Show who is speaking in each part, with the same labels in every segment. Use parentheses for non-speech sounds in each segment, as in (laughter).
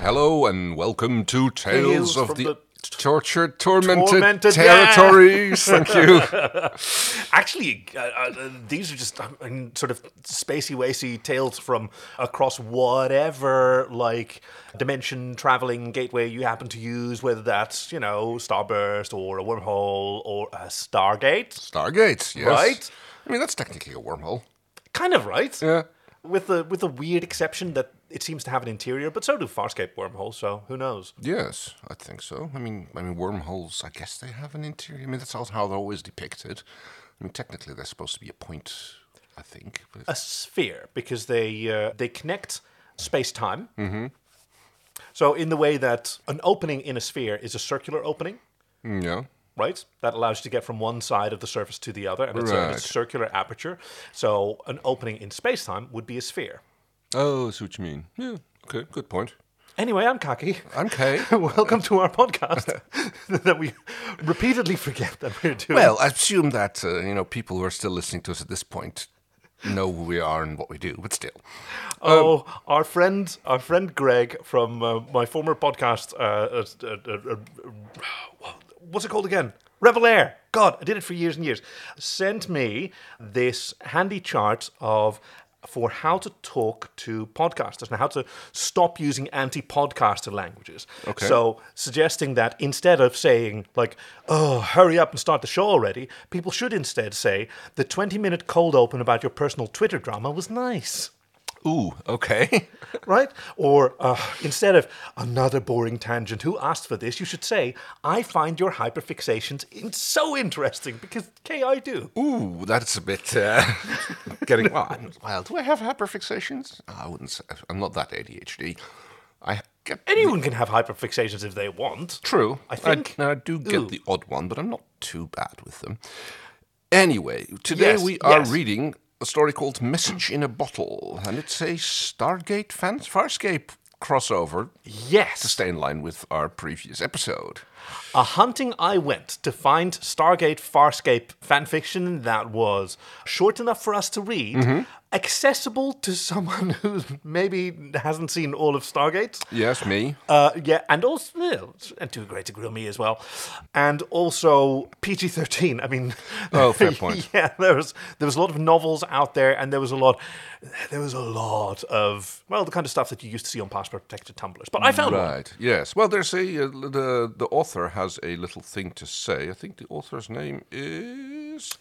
Speaker 1: Hello and welcome to Tales,
Speaker 2: Tales
Speaker 1: of
Speaker 2: from
Speaker 1: the,
Speaker 2: the
Speaker 1: Tortured, Tormented,
Speaker 2: Tormented-
Speaker 1: Territories. (laughs) Thank you.
Speaker 2: Actually, uh, uh, these are just um, um, sort of spacey wacy tales from across whatever like dimension traveling gateway you happen to use, whether that's you know starburst or a wormhole or a stargate.
Speaker 1: Stargate, yes.
Speaker 2: Right?
Speaker 1: I mean, that's technically a wormhole.
Speaker 2: Kind of right.
Speaker 1: Yeah.
Speaker 2: With the with the weird exception that it seems to have an interior, but so do Farscape wormholes. So who knows?
Speaker 1: Yes, I think so. I mean, I mean, wormholes. I guess they have an interior. I mean, that's how they're always depicted. I mean, technically, they're supposed to be a point. I think. but- (laughs)
Speaker 2: a sphere because they uh, they connect space time. So in the way that an opening in a sphere is a circular opening,
Speaker 1: Mm, yeah.
Speaker 2: right? That allows you to get from one side of the surface to the other, and it's, a,
Speaker 1: Right.
Speaker 2: it's a circular aperture. So an opening in space time would be a sphere.
Speaker 1: Oh, I see what you mean. Yeah. Okay. Good point.
Speaker 2: Anyway, I'm Kaki.
Speaker 1: I'm Kay.
Speaker 2: (laughs) Welcome to our podcast (laughs) that we repeatedly forget that we're
Speaker 1: (laughs)
Speaker 2: doing.
Speaker 1: well, I assume that uh, you know people who are still listening to us at this point know who we are and what we do, but still.
Speaker 2: Oh, our friend, our friend Greg from uh, my former podcast. Uh, uh, uh, uh, uh, what's it called again? Rebel Air. God, I did it for years and years. Sent me this handy chart of for how to talk to podcasters and how to stop using anti-podcaster languages.
Speaker 1: Okay.
Speaker 2: So suggesting that instead of saying like, "Oh, hurry up and start the show already," people should instead say, "The 20-minute cold open about your personal Twitter drama was nice."
Speaker 1: Ooh. Okay. (laughs)
Speaker 2: right? Or uh, instead of another boring tangent, who asked for this? You should say, I find your hyperfixations in so interesting because K, I do.
Speaker 1: Ooh, that's a bit uh, (laughs)
Speaker 2: (laughs)
Speaker 1: getting well, I'm- well. Do I have hyperfixations? Ah, I wouldn't. say I'm not that ADHD. I get
Speaker 2: Anyone can have hyperfixations if they want.
Speaker 1: True.
Speaker 2: I think-
Speaker 1: now I do get
Speaker 2: Ooh.
Speaker 1: the odd one, but I'm not too bad with them. Anyway, today
Speaker 2: Yes,
Speaker 1: we are
Speaker 2: yes.
Speaker 1: reading a story called Message in a Bottle, and it's a Stargate fan- Farscape crossover to
Speaker 2: Yes.
Speaker 1: stay in line with our previous episode.
Speaker 2: A hunting I went to find Stargate Farscape fanfiction that was short enough for us to read, accessible to someone (laughs) who maybe hasn't seen all of Stargate.
Speaker 1: Yes, me.
Speaker 2: Uh, yeah, and also and to a great degree me as well, and also PG thirteen. I mean,
Speaker 1: Oh,
Speaker 2: (laughs)
Speaker 1: fair point.
Speaker 2: Yeah, there was there was a lot of novels out there, and there was a lot, there was a lot of well, the kind of stuff that you used to see on passport protected tumblers. But I found one.
Speaker 1: Right. Yes. Well, there's a uh, the the author has a little thing to say. I think the author's name is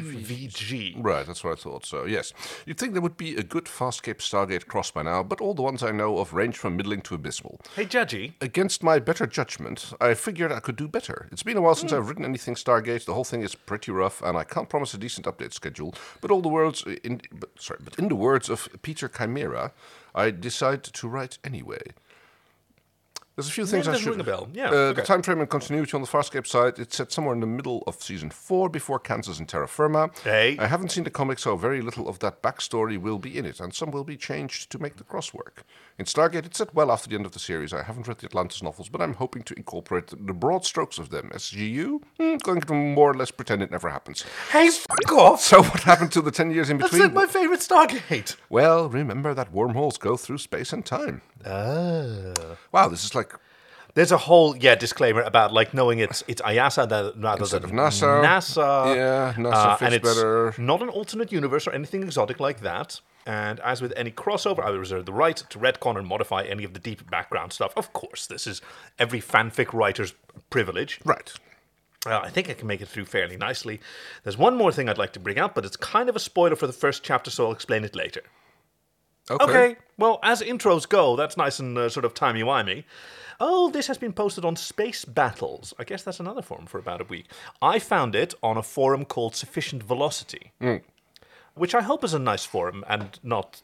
Speaker 2: XCVG.
Speaker 1: Right, that's what I thought. So, yes. You'd think there would be a good Farscape Stargate cross by now, but all the ones I know of range from middling to abysmal.
Speaker 2: Hey, Judgy.
Speaker 1: Against my better judgment, I figured I could do better. It's been a while
Speaker 2: Hmm.
Speaker 1: since I've written anything Stargate. The whole thing is pretty rough, and I can't promise a decent update schedule. But all the words, uh, in, but, sorry, but in the words of Peter Chimera, I decide to write anyway. There's a few things I
Speaker 2: Yeah, does
Speaker 1: should.
Speaker 2: ring a bell. Yeah,
Speaker 1: Uh,
Speaker 2: okay.
Speaker 1: The time frame and continuity on the Farscape side, it's set somewhere in the middle of season four, before Kansas and Terra Firma.
Speaker 2: Hey.
Speaker 1: I haven't seen the comic, so very little of that backstory will be in it, and some will be changed to make the cross work. In Stargate, it's set well after the end of the series. I haven't read the Atlantis novels, but I'm hoping to incorporate the broad strokes of them. SGU? Hmm, going to more or less pretend it never happens. (laughs)
Speaker 2: Hey, f- off.
Speaker 1: So, what happened to the 10 years in
Speaker 2: That's
Speaker 1: between?
Speaker 2: like my favorite Stargate.
Speaker 1: Well, remember that wormholes go through space and time. Ah. Wow, this is like
Speaker 2: There's a whole yeah disclaimer about like knowing it's it's IASA that, rather
Speaker 1: Instead
Speaker 2: than
Speaker 1: of NASA.
Speaker 2: NASA.
Speaker 1: Yeah, NASA fits
Speaker 2: Uh, and it's
Speaker 1: better.
Speaker 2: Not an alternate universe or anything exotic like that. And as with any crossover, I would reserve the right to retcon and modify any of the deep background stuff. Of course, this is every fanfic writer's privilege.
Speaker 1: right.
Speaker 2: Uh, I think I can make it through fairly nicely. There's one more thing I'd like to bring up, but it's kind of a spoiler for the first chapter, so I'll explain it later. Okay. Well, as intros go, that's nice and uh, sort of timey wimey. Oh, this has been posted on Space Battles. I guess that's another forum for about a week. I found it on a forum called Sufficient Velocity, which I hope is a nice forum and not.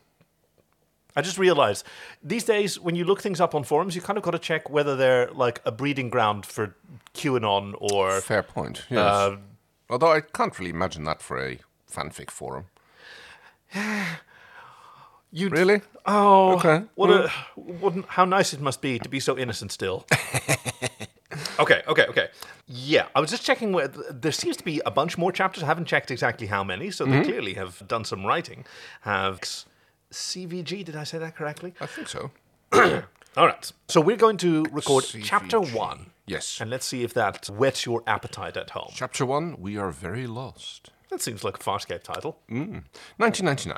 Speaker 2: I just realized these days when you look things up on forums, you kind of got to check whether they're like a breeding ground for QAnon or.
Speaker 1: Fair point. Yes.
Speaker 2: Uh,
Speaker 1: Although I can't really imagine that for a fanfic forum.
Speaker 2: You
Speaker 1: Really?
Speaker 2: Oh,
Speaker 1: Okay.
Speaker 2: What a what, an- how nice it must be to be so innocent still. (laughs) okay, okay, okay. Yeah, I was just checking where there seems to be a Mm-hmm. bunch more chapters. I haven't checked exactly how many, so they clearly have done some writing. Have CVG. Did I say that correctly?
Speaker 1: I think so.
Speaker 2: All right. So we're going to record chapter
Speaker 1: CVG.
Speaker 2: one.
Speaker 1: Yes.
Speaker 2: And let's see if that whets your appetite at home.
Speaker 1: Chapter 1 We Are Very Lost.
Speaker 2: That seems like a Farscape title.
Speaker 1: 1999.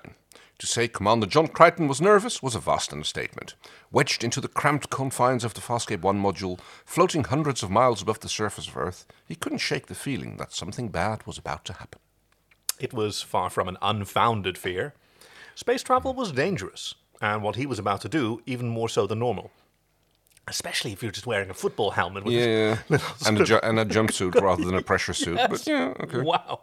Speaker 1: To say Commander John Crichton was nervous was a vast understatement. Wedged into the cramped confines of the Farscape 1 module, floating hundreds of miles above the surface of Earth, he couldn't shake the feeling that something bad was about to happen.
Speaker 2: It was far from an unfounded fear. Space travel was dangerous, and what he was about to do, even more so than normal. Especially if you're just wearing a football helmet with a
Speaker 1: Yeah. and, a ju- and a jumpsuit rather than a pressure suit. But yeah, okay.
Speaker 2: Wow.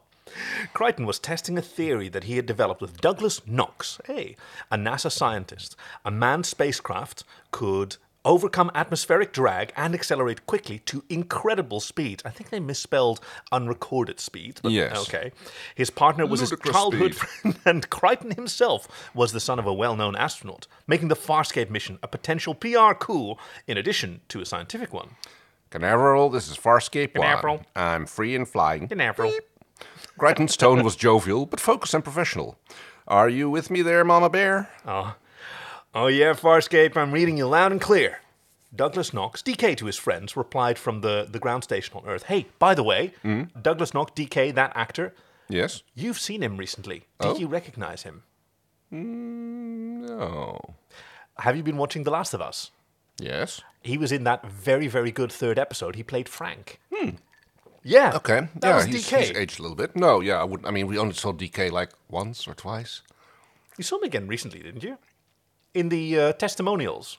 Speaker 2: Crichton was testing a theory that he had developed with Douglas Knox, hey, a NASA scientist. A manned spacecraft could overcome atmospheric drag and accelerate quickly to incredible speed. I think they misspelled unrecorded speed, but
Speaker 1: Yes.
Speaker 2: okay. His partner was his
Speaker 1: Ludicrous
Speaker 2: childhood
Speaker 1: speed.
Speaker 2: friend, (laughs) and Crichton himself was the son of a well-known astronaut, making the Farscape mission a potential PR coup in addition to a scientific one.
Speaker 1: Canaveral, this is Farscape 1.
Speaker 2: Canaveral.
Speaker 1: I'm free and flying.
Speaker 2: In April.
Speaker 1: Crichton's tone was jovial, but focused and professional. Are you with me there, Mama Bear?
Speaker 2: Uh. Oh, yeah, Farscape, I'm reading you loud and clear. Douglas Knox, DK to his friends, replied from the, the ground station on Earth. Hey, by the way,
Speaker 1: Hmm?
Speaker 2: Douglas Knox, DK, that actor,
Speaker 1: yes.
Speaker 2: you've seen him recently. Did
Speaker 1: Oh?
Speaker 2: you recognize him?
Speaker 1: No.
Speaker 2: Have you been watching The Last of Us?
Speaker 1: Yes.
Speaker 2: He was in that very, very good third episode. He played Frank. Yeah.
Speaker 1: Hmm. Okay.
Speaker 2: That
Speaker 1: yeah,
Speaker 2: was
Speaker 1: he's,
Speaker 2: DK.
Speaker 1: he's aged a little bit. No, yeah, I would. I mean, we only saw DK like once or twice.
Speaker 2: You saw him again recently, didn't you? In the uh, testimonials.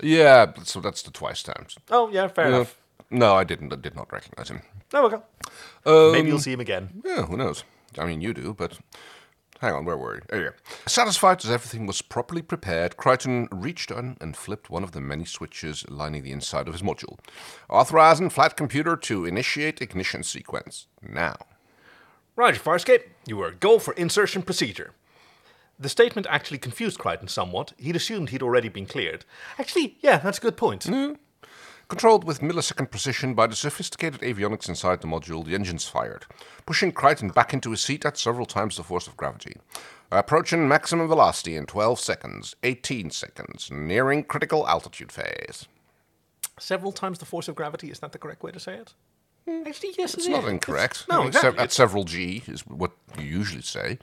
Speaker 1: Yeah, but- so that's the twice times.
Speaker 2: Oh, yeah, fair
Speaker 1: Uh,
Speaker 2: enough.
Speaker 1: no, I didn't. I did not recognize him.
Speaker 2: Oh, okay.
Speaker 1: Um,
Speaker 2: Maybe you'll see him again.
Speaker 1: Yeah, who knows? I mean, you do, but hang on, where were you? Oh, yeah. Satisfied as everything was properly prepared, Crichton reached in and flipped one of the many switches lining the inside of his module, authorizing flight computer to initiate ignition sequence now.
Speaker 2: Roger, Farscape. You are go for insertion procedure. The statement actually confused Crichton somewhat. He'd assumed he'd already been cleared. Actually, yeah, that's a good point.
Speaker 1: Hmm? Controlled with millisecond precision by the sophisticated avionics inside the module, the engines fired, pushing Crichton back into his seat at several times the force of gravity. Approaching maximum velocity in 12 seconds, 18 seconds, nearing critical altitude phase.
Speaker 2: Several times the force of gravity, is that the correct way to say it? Actually, yes,
Speaker 1: Hmm. It's not incorrect.
Speaker 2: no,
Speaker 1: At se-
Speaker 2: exactly.
Speaker 1: At several G is what you usually say.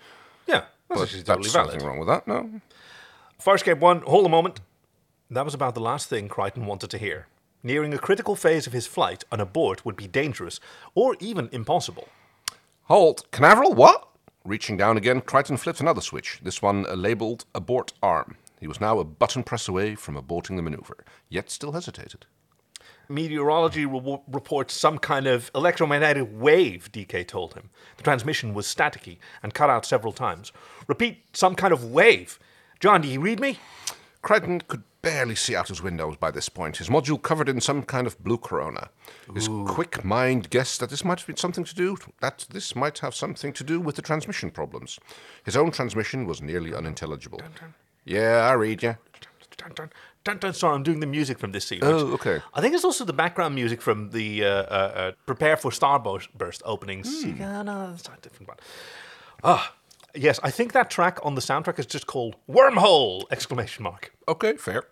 Speaker 2: yeah, that's
Speaker 1: But
Speaker 2: actually totally
Speaker 1: that's
Speaker 2: valid.
Speaker 1: nothing wrong with that, no?
Speaker 2: Farscape 1, hold a moment. That was about the last thing Crichton wanted to hear. Nearing a critical phase of his flight, an abort would be dangerous, or even impossible.
Speaker 1: Halt. Canaveral, what? Reaching down again, Crichton flipped another switch, this one uh, labeled abort arm. He was now a button press away from aborting the maneuver, yet still hesitated.
Speaker 2: Meteorology re- reports some kind of electromagnetic wave, DK told him. The transmission was staticky and cut out several times. Repeat, some kind of wave. John, do you read me?
Speaker 1: Crichton could barely see out his windows by this point, his module covered in some kind of blue corona. His quick mind guessed that this might have been something to do that this might have something to do with the transmission problems. His own transmission was nearly unintelligible. Yeah, I read you.
Speaker 2: Dun, dun, dun, dun. Sorry, I'm doing the music from this sequence.
Speaker 1: Oh, okay.
Speaker 2: I think it's also the background music from the uh, uh, uh, Prepare for Starburst
Speaker 1: Hmm.
Speaker 2: opening. sequ- Ah, no, that's not a different one. Ah, yes, I think that track on the soundtrack is just called Wormhole! Exclamation mark.
Speaker 1: Okay, fair.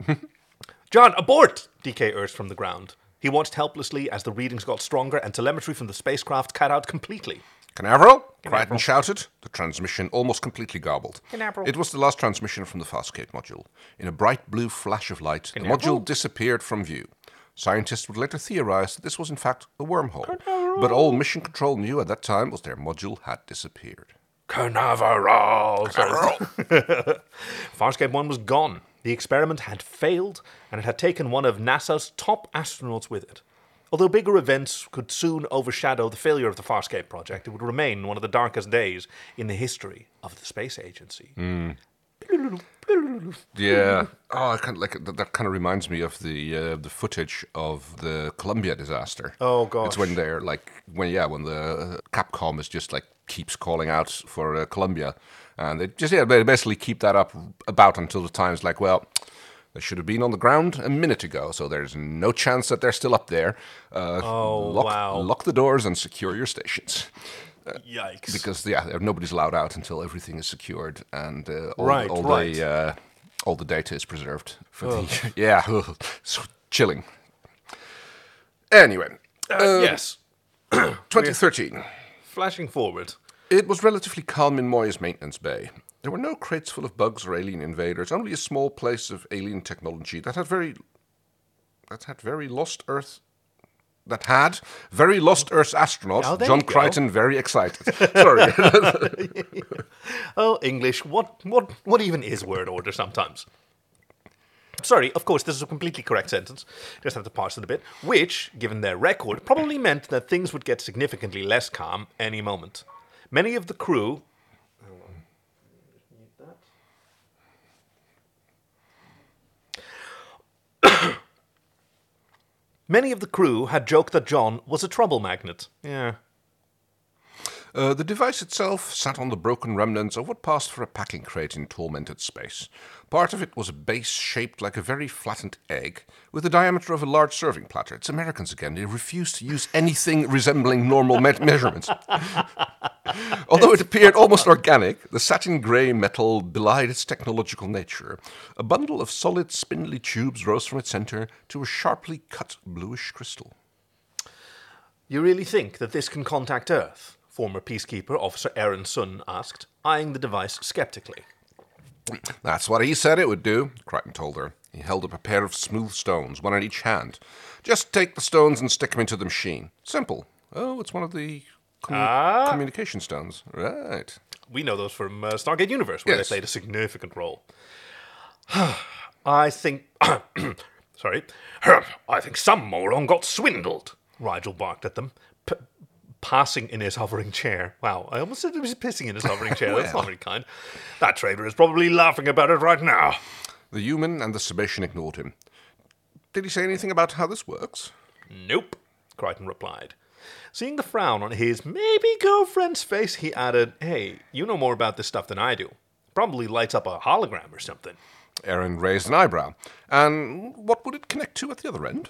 Speaker 2: John, abort! DK urged from the ground. He watched helplessly as the readings got stronger and telemetry from the spacecraft cut out completely.
Speaker 1: Canaveral? Crichton shouted, the transmission almost completely garbled.
Speaker 2: Canaveral.
Speaker 1: It was the last transmission from the Fastgate module. In a bright blue flash of light, the
Speaker 2: Canaveral.
Speaker 1: module disappeared from view. Scientists would later theorize that this was in fact a wormhole, but all mission control knew at that time was their module had disappeared.
Speaker 2: Canaveral! (laughs) Farscape 1 was gone. The experiment had failed, and it had taken one of NASA's top astronauts with it. Although bigger events could soon overshadow the failure of the Farscape project, it would remain one of the darkest days in the history of the space agency. (laughs)
Speaker 1: Yeah. Oh, I kind of like that. That kind of reminds me of the uh, the footage of the Columbia disaster.
Speaker 2: Oh, gosh.
Speaker 1: It's when they're like when yeah when the uh, Capcom is just like keeps calling out for uh, Columbia, and they just yeah they basically keep that up about until the times like well. They should have been on the ground a minute ago, so there's no chance that they're still up there. Uh, oh, lock,
Speaker 2: wow.
Speaker 1: Lock the doors and secure your stations.
Speaker 2: Yikes.
Speaker 1: because yeah, nobody's allowed out until everything is secured and uh, all,
Speaker 2: Right,
Speaker 1: all
Speaker 2: right.
Speaker 1: the uh, all the data is preserved. For the, (laughs) yeah, it's chilling. Anyway,
Speaker 2: Uh, yes.
Speaker 1: 2013.
Speaker 2: Flashing forward.
Speaker 1: It was relatively calm in Moya's maintenance bay. There were no crates full of bugs or alien invaders, only a small place of alien technology that had very that had very lost Earth that had very lost Earth astronaut
Speaker 2: Oh, there
Speaker 1: John
Speaker 2: you go.
Speaker 1: Crichton very
Speaker 2: (laughs)
Speaker 1: excited. Sorry.
Speaker 2: Oh, English. What what what even is word order sometimes? Sorry, of course, this is a completely correct sentence. Just have to parse it a bit. Which, given their record, probably meant that things would get significantly less calm any moment. Many of the crew. (coughs) Many of the crew had joked that John was a trouble magnet. Yeah.
Speaker 1: Uh, the device itself sat on the broken remnants of what passed for a packing crate in tormented space. Part of it was a base shaped like a very flattened egg, with the diameter of a large serving platter. It's Americans again, they refuse to use anything resembling normal me- (laughs) measurements. Although it appeared almost organic, the satin grey metal belied its technological nature. A bundle of solid, spindly tubes rose from its centre to a sharply cut bluish crystal.
Speaker 2: You really think that this can contact Earth? Former peacekeeper Officer Aaron Sun asked, eyeing the device skeptically.
Speaker 1: That's what he said it would do, Crichton told her. He held up a pair of smooth stones, one in each hand. Just take the stones and stick them into the machine. Simple. Oh, it's one of the commu-
Speaker 2: Ah.
Speaker 1: communication stones. Right.
Speaker 2: We know those from uh, Stargate Universe, where
Speaker 1: Yes.
Speaker 2: they played a significant role. (sighs) I think. (coughs) sorry. (coughs) I think some moron got swindled, Rigel barked at them, p- passing in his hovering chair. Wow, I almost said he was pissing in his hovering chair. That's not very kind. That traitor is probably laughing about it right now.
Speaker 1: The human and the Sebastian ignored him. Did he say anything about how this works?
Speaker 2: Nope, Crichton replied. Seeing the frown on his maybe girlfriend's face, he added, Hey, you know more about this stuff than I do. Probably lights up a hologram or something.
Speaker 1: Aaron raised an eyebrow. And what would it connect to at the other end?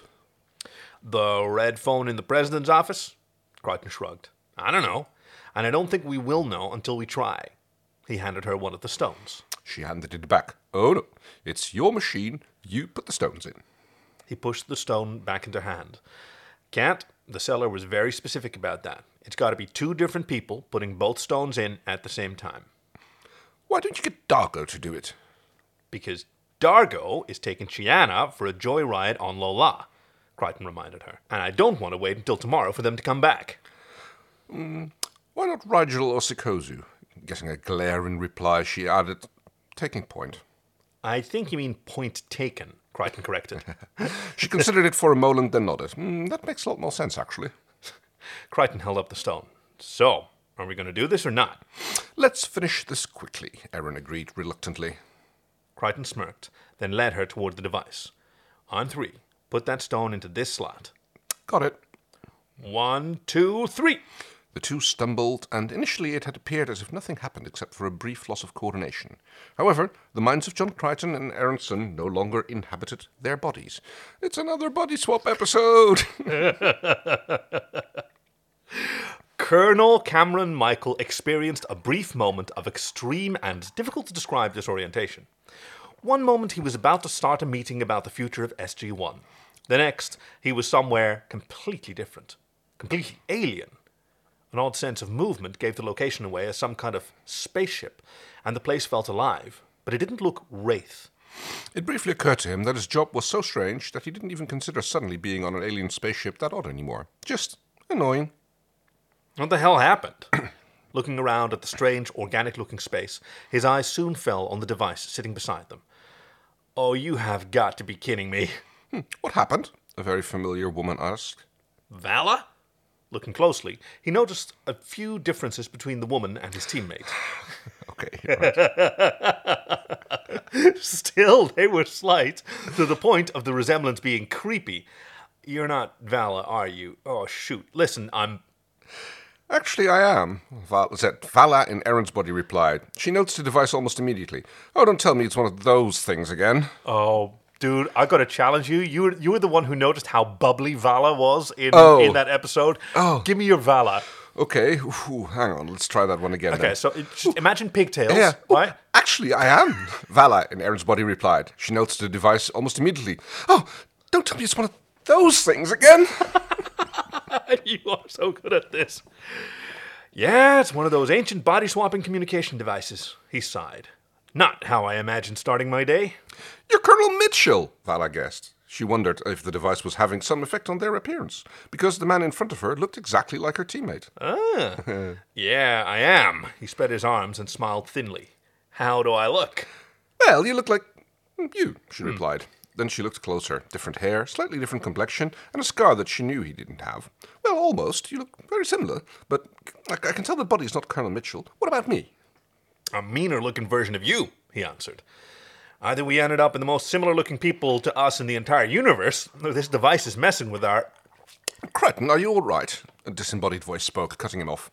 Speaker 2: The red phone in the president's office? Crichton shrugged. I don't know, and I don't think we will know until we try. He handed her one of the stones.
Speaker 1: She handed it back. Oh no, it's your machine. You put the stones in.
Speaker 2: He pushed the stone back into hand. Can't. The seller was very specific about that. It's got to be two different people putting both stones in at the same time.
Speaker 1: Why don't you get Dargo to do it?
Speaker 2: because Dargo is taking Chiana for a joyride on Lola, Crichton reminded her. And I don't want to wait until tomorrow for them to come back.
Speaker 1: Why not Rigel or Sikozu? Getting a glare in reply, she added, taking point.
Speaker 2: I think you mean point taken, Crichton corrected.
Speaker 1: She considered it for a moment, then nodded. "Hmm, that makes a lot more sense, actually.
Speaker 2: Crichton held up the stone. So, are we going to do this or not?
Speaker 1: Let's finish this quickly, Erin agreed reluctantly.
Speaker 2: Crichton smirked, then led her toward the device. On three, put that stone into this slot.
Speaker 1: Got it.
Speaker 2: One, two, three.
Speaker 1: The two stumbled, and initially it had appeared as if nothing happened except for a brief loss of coordination. However, the minds of John Crichton and Aronson no longer inhabited their bodies. It's another body swap episode! (laughs)
Speaker 2: Colonel Cameron Michael experienced a brief moment of extreme and difficult to describe disorientation. One moment he was about to start a meeting about the future of SG 1. The next, he was somewhere completely different, completely alien. An odd sense of movement gave the location away as some kind of spaceship, and the place felt alive, but it didn't look wraith.
Speaker 1: It briefly occurred to him that his job was so strange that he didn't even consider suddenly being on an alien spaceship that odd anymore. Just annoying.
Speaker 2: What the hell happened? (clears throat) Looking around at the strange, organic looking space, his eyes soon fell on the device sitting beside them. Oh, you have got to be kidding me. (laughs)
Speaker 1: Hmm, What happened? A very familiar woman asked.
Speaker 2: Vala? Looking closely, he noticed a few differences between the woman and his teammate. (laughs)
Speaker 1: Okay. right.
Speaker 2: Still, they were slight, to the point of the resemblance being creepy. You're not Vala, are you? Oh, shoot. Listen, I'm.
Speaker 1: Actually, I am. Val- said Vala in Erin's body replied. She notes the device almost immediately. Oh, don't tell me it's one of those things again.
Speaker 2: Oh, dude, I gotta challenge you. You were, you were the one who noticed how bubbly Vala was in,
Speaker 1: Oh.
Speaker 2: in that episode.
Speaker 1: Oh.
Speaker 2: Give me your Vala.
Speaker 1: Okay, ooh, hang on, let's try that one again.
Speaker 2: Okay,
Speaker 1: then.
Speaker 2: so it, just imagine pigtails,
Speaker 1: Yeah. Oh,
Speaker 2: (laughs) right?
Speaker 1: Actually, I am. Vala, in Aaron's body replied. She notes the device almost immediately. Oh, don't tell me it's one of those things again.
Speaker 2: you are so good at this. Yeah, it's one of those ancient body swapping communication devices. He sighed. Not how I imagined starting my day.
Speaker 1: You're Colonel Mitchell, Vala guessed. She wondered if the device was having some effect on their appearance, because the man in front of her looked exactly like her teammate.
Speaker 2: Ah. yeah, I am. He spread his arms and smiled thinly. How do I look?
Speaker 1: Well, you look like hmm, you, she replied. Then she looked closer. Different hair, slightly different complexion, and a scar that she knew he didn't have. Well, almost. You look very similar, but I, I can tell the body's not Colonel Mitchell. What about me?
Speaker 2: A meaner looking version of you, he answered. Either we ended up in the most similar looking people to us in the entire universe, or this device is messing with our.
Speaker 1: Crichton, are you all right? A disembodied voice spoke, cutting him off.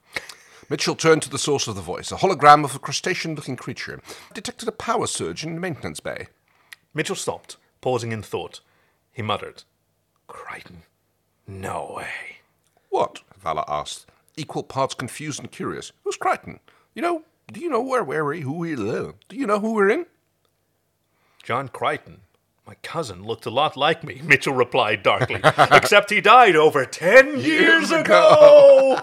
Speaker 1: Mitchell turned to the source of the voice, a hologram of a crustacean looking creature. Detected a power surge in the maintenance bay.
Speaker 2: Mitchell stopped, pausing in thought. He muttered, Crichton, no way.
Speaker 1: What? Vala asked, equal parts confused and curious. Who's Crichton? You know, do you know where, where we, who we, do you know who we're in?
Speaker 2: John Crichton. My cousin looked a lot like me, (laughs) Mitchell replied darkly. Except he died over 10 (laughs) years ago.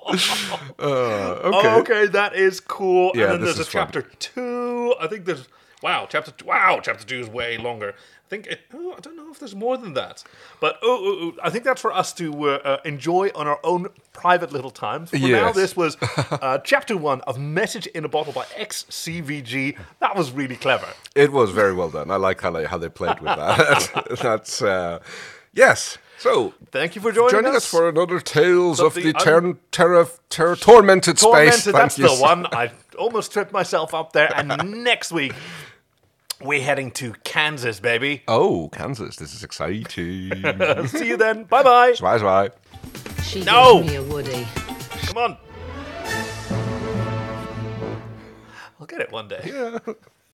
Speaker 2: (laughs)
Speaker 1: okay.
Speaker 2: Oh, okay, that is cool.
Speaker 1: Yeah,
Speaker 2: and then
Speaker 1: this
Speaker 2: there's
Speaker 1: is
Speaker 2: a
Speaker 1: fun.
Speaker 2: chapter 2. I think there's Wow, chapter two, wow, chapter two is way longer. I think it, oh, I don't know if there's more than that, but oh, oh, oh, I think that's for us to uh, uh, enjoy on our own private little times. For now,
Speaker 1: Yes. (laughs)
Speaker 2: this was uh, chapter one of "Message in a Bottle" by XCVG. That was really clever.
Speaker 1: It was very well done. I like how they how they played with
Speaker 2: (laughs)
Speaker 1: that. That's uh, yes. So
Speaker 2: Thank you for joining,
Speaker 1: joining us
Speaker 2: us
Speaker 1: for another Tales of
Speaker 2: Something
Speaker 1: the ter- terror, terror, tormented, space.
Speaker 2: Tormented,
Speaker 1: Thank
Speaker 2: that's
Speaker 1: you.
Speaker 2: the one. I almost tripped myself up there.
Speaker 1: (laughs)
Speaker 2: And next week, we're heading to Kansas, baby.
Speaker 1: Oh, Kansas! This is
Speaker 2: (laughs)
Speaker 1: exciting.
Speaker 2: See you then. Bye bye.
Speaker 1: Bye bye.
Speaker 3: She
Speaker 2: No!
Speaker 3: gives me a Woody.
Speaker 2: Come on. I'll get it one day.
Speaker 1: Yeah.